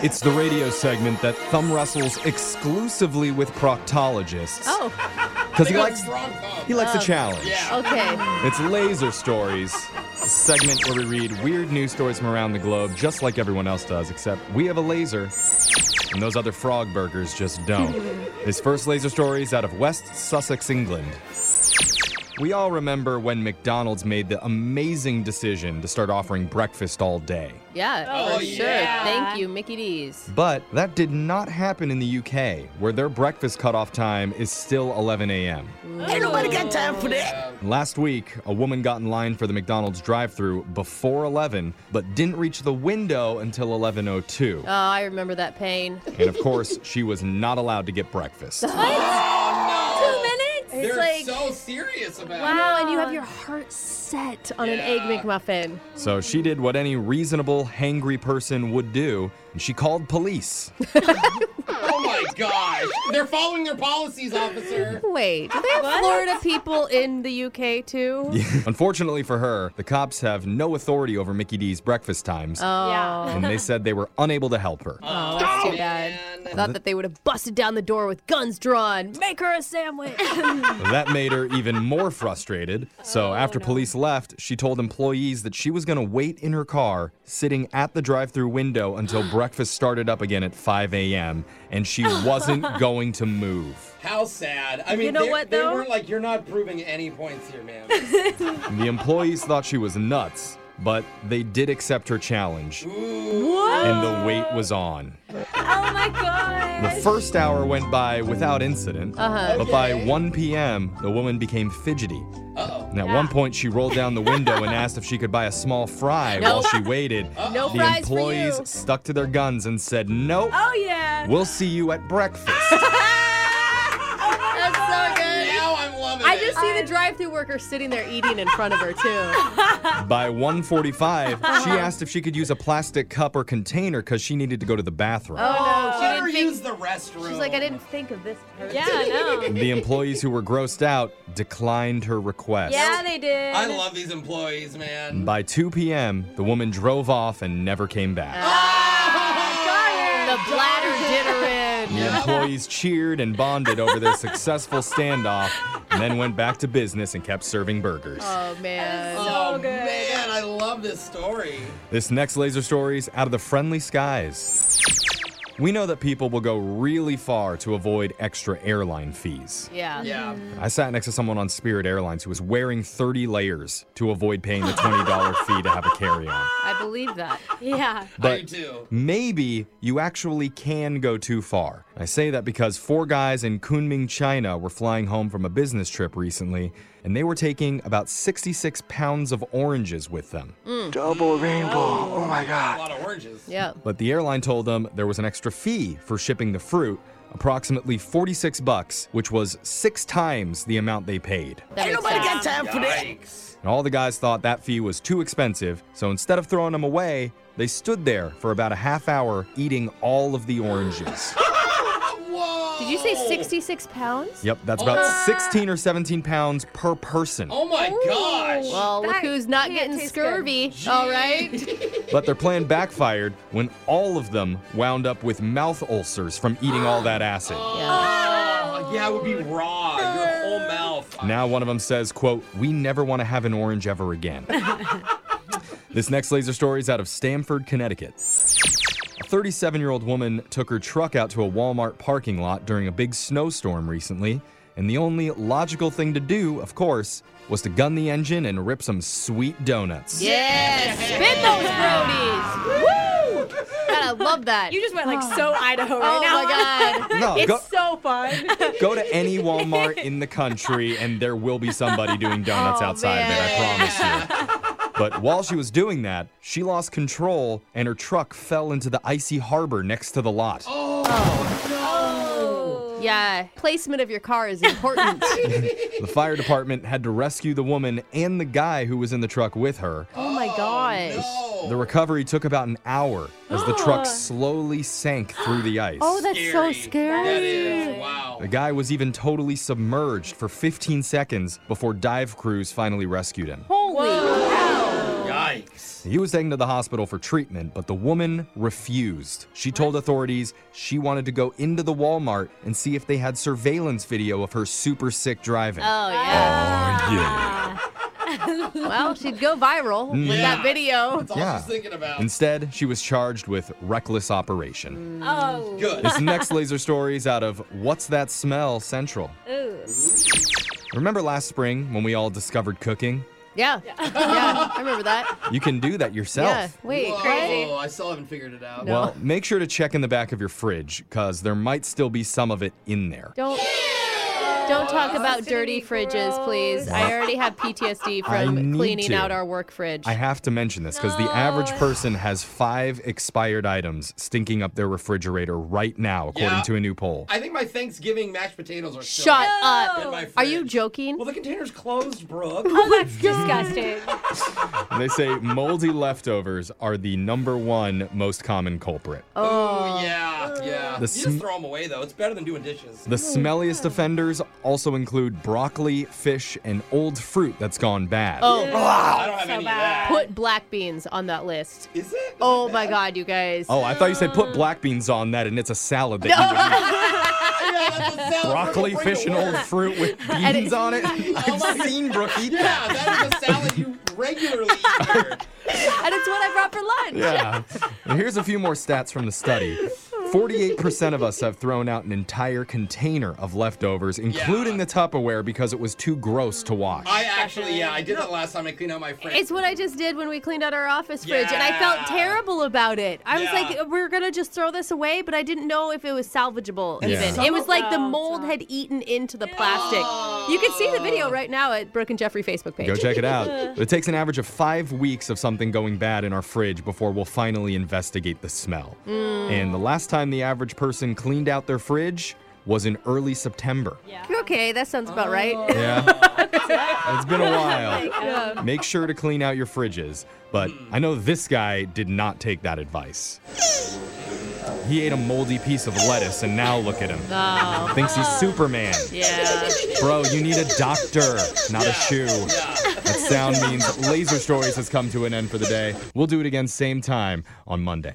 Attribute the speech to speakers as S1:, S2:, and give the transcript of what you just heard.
S1: It's the radio segment that Thumb wrestles exclusively with proctologists.
S2: Oh,
S1: Because he likes he likes a
S2: Oh.
S1: challenge.
S2: okay.
S1: It's Laser Stories, a segment where we read weird news stories from around the globe, just like everyone else does, except we have a laser, and those other frog burgers just don't. His first laser story is out of West Sussex, England. We all remember when McDonald's made the amazing decision to start offering breakfast all day.
S2: Yeah,
S3: Oh,
S2: for sure.
S3: yeah.
S2: Thank you, Mickey D's.
S1: But that did not happen in the UK, where their breakfast cutoff time is still 11 a.m.
S3: Ain't nobody got time for that.
S1: Last week, a woman got in line for the McDonald's drive-thru before 11, but didn't reach the window until 11:02.
S2: Oh, I remember that pain.
S1: And of course, she was not allowed to get breakfast.
S3: Oh,
S2: minutes?
S3: no.
S2: It's
S3: They're
S2: like,
S3: so serious about
S2: wow, and you have your heart set on an Egg
S3: Yeah.
S2: McMuffin.
S1: So she did what any reasonable, hangry person would do, and she called police.
S3: it. Oh, my gosh. They're following their policies, officer.
S2: Wait, do they have Florida people in the UK too?
S1: Unfortunately for her, the cops have no authority over Mickey D's breakfast times,
S2: Oh,
S1: and they said they were unable to help her.
S2: oh, that's too bad. I thought that they would have busted down the door with guns drawn. Make her a sandwich.
S1: That made her even more frustrated. So after police left, she told employees that she was going to wait in her car, sitting at the drive-through window until breakfast started up again at 5 a.m. And she wasn't going to move.
S3: How sad. I mean,
S2: You know
S3: they,
S2: what,
S3: they
S2: though?
S3: weren't like, you're not proving any points here, ma'am.
S1: The employees thought she was nuts, but they did accept her challenge, and the wait was on.
S4: Oh my god.
S1: The first hour went by without incident, but by 1 p.m., the woman became fidgety.
S3: Uh-oh.
S1: And at one point, she rolled down the window and asked if she could buy a small fry
S2: No.
S1: while she waited.
S2: No
S1: the
S2: fries for
S1: employees
S2: you.
S1: stuck to their guns and said, Nope,
S4: Oh yeah.
S1: we'll see you at breakfast.
S2: That's so good.
S3: Now I'm loving
S2: I
S3: it.
S2: just see the drive-through worker sitting there eating in front of her too.
S1: by 1:45, she
S2: Uh-huh.
S1: asked if she could use a plastic cup or container because she needed to go to the bathroom.
S2: Oh no, she
S3: Never
S2: didn't think.
S3: use the restroom.
S2: She's like, I didn't think of this person.
S4: Yeah, no.
S1: The employees who were grossed out declined her request.
S4: yeah, they did.
S3: I love these employees, man.
S1: By 2 p.m., the woman drove off and never came
S2: Oh.
S1: back.
S2: The bladder dinner in.
S1: The employees cheered and bonded over their successful standoff and then went back to business and kept serving burgers.
S2: Oh man.
S3: oh,
S4: good.
S3: man, I love this story.
S1: This next laser story is out of the friendly skies. We know that people will go really far to avoid extra airline fees.
S2: Yeah.
S3: Yeah.
S2: Mm-hmm.
S1: I sat next to someone on Spirit Airlines who was wearing 30 layers to avoid paying the $20 fee to have a carry on.
S2: I believe that.
S4: Yeah.
S3: I do too.
S1: maybe you actually can go too far. I say that because four guys in Kunming, China were flying home from a business trip recently, and they were taking about 66 pounds of oranges with them.
S5: Double rainbow. Oh my god.
S3: A lot of oranges.
S2: Yeah.
S1: But the airline told them there was an extra fee for shipping the fruit, approximately 46 bucks, which was six times the amount they paid.
S2: That makes sense.
S3: time for Yikes.
S1: And all the guys thought that fee was too expensive, so instead of throwing them away, they stood there for about a half hour eating all of the oranges.
S3: Whoa.
S2: Did you say 66 pounds?
S1: Yep, that's about 16 or 17 pounds per person.
S3: Oh my gosh.
S2: Well, look
S4: That
S2: who's not
S4: can't
S2: getting
S4: taste
S2: scurvy. All right.
S1: But their plan backfired when all of them wound up with mouth ulcers from eating all that acid.
S2: Yeah.
S3: Oh, yeah, it would be raw. Your whole mouth.
S1: Now one of them says, quote, "We never want to have an orange ever again." this next laser story is out of Stamford, Connecticut. A 37-year-old woman took her truck out to a Walmart parking lot during a big snowstorm recently, and the only logical thing to do, of course, was to gun the engine and rip some sweet donuts.
S2: Yes. Spin those brodies. Woo! God, I love that.
S4: You just went like so Idaho right
S2: oh
S4: now.
S2: my god.
S1: No,
S4: It's
S1: go-
S4: so fun.
S1: Go to any Walmart in the country, and there will be somebody doing donuts
S2: Oh,
S1: outside of it, I promise you. But while she was doing that, she lost control and her truck fell into the icy harbor next to the lot.
S2: Oh. Yeah. Placement of your car is important.
S1: The fire department had to rescue the woman and the guy who was in the truck with her.
S2: oh my gosh.
S3: Oh.
S1: The recovery took about an hour as the truck slowly sank through the ice.
S2: Oh, that's so
S3: Scary.
S2: scary.
S3: That is. Wow.
S1: the guy was even totally submerged for 15 seconds before dive crews finally rescued him.
S2: Holy.
S3: Yikes. Yikes.
S1: He was taken to the hospital for treatment, but the woman refused. She told authorities she wanted to go into the Walmart and see if they had surveillance video of her super sick driving.
S2: Oh yeah.
S1: Ah. yeah.
S2: well, she'd go viral with
S3: Yeah.
S2: that video.
S3: That's all
S1: Yeah.
S3: she's thinking about.
S1: Instead, she was charged with reckless operation.
S4: Oh.
S3: Good.
S1: This next laser story is out of What's That Smell Central.
S4: Ooh.
S1: Remember last spring when we all discovered cooking?
S2: Yeah. Yeah. I remember that.
S1: You can do that yourself.
S2: Yeah. Wait,
S3: Whoa,
S2: crazy.
S3: I still haven't figured it out.
S1: Well, make sure to check in the back of your fridge because there might still be some of it in there.
S2: Don't don't talk about
S4: gonna
S2: dirty
S4: be
S2: fridges, please. I already have PTSD
S1: I
S2: from
S1: need
S2: cleaning
S1: to.
S2: out our work fridge.
S1: I have to mention this because the average person has five expired items stinking up their refrigerator right now, according
S3: Yeah.
S1: to a new poll.
S3: I think my Thanksgiving mashed potatoes are still
S2: Shut
S3: in my
S2: up. Are you
S3: fridge.
S2: joking?
S3: Well, the container's closed, Brooke.
S4: Oh, that's disgusting.
S1: they say moldy leftovers are the number one most common culprit.
S3: Oh, yeah, yeah.
S1: The
S3: you
S1: sm-
S3: just throw them away, though. It's better than doing dishes.
S1: The smelliest offenders also include broccoli, fish, and old fruit that's gone bad.
S2: Oh,
S3: I don't have any
S4: bad.
S3: of that.
S2: put black beans on that list.
S3: Is it? Is
S2: Oh
S3: it
S2: my
S3: bad?
S2: god, you guys.
S1: Oh, I thought you said put black beans on that and it's a salad that you would eat.
S3: Yeah, that's what salad
S1: broccoli,
S3: Brooke will bring
S1: fish,
S3: to
S1: and
S3: work.
S1: old fruit with beans on it. I've seen Brooke eat that.
S3: Oh Yeah, that is a salad you regularly eat here.
S2: And it's what I brought for lunch.
S1: Yeah. And here's a few more stats from the study. 48% of us have thrown out an entire container of leftovers, including the Tupperware, because it was too gross to wash.
S3: I actually, yeah, I did that last time I cleaned out my fridge.
S2: It's what I just did when we cleaned out our office fridge, and I felt
S3: Yeah.
S2: terrible about it. I
S3: Yeah.
S2: was like, we're gonna just throw this away, but I didn't know if it was salvageable.
S1: Yeah.
S2: Even
S1: Some
S2: it was like the
S4: of-
S2: mold had eaten into the plastic. You can see the video right now at Brooke and Jeffrey Facebook page.
S1: Go check it out. It takes an average of five weeks of something going bad in our fridge before we'll finally investigate the smell. And the last time the average person cleaned out their fridge was in early September.
S4: Yeah.
S2: Okay, that sounds about right.
S1: Yeah. it's been a
S2: um,
S1: while. Make sure to clean out your fridges. But
S2: Hmm.
S1: I know this guy did not take that advice. He ate a moldy piece of lettuce and now look at him.
S2: Oh,
S1: Thinks he's Superman.
S2: yeah.
S1: Bro, you need a doctor, not a
S3: Yeah.
S1: shoe. That sound means Laser Stories has come to an end for the day. We'll do it again same time on Monday.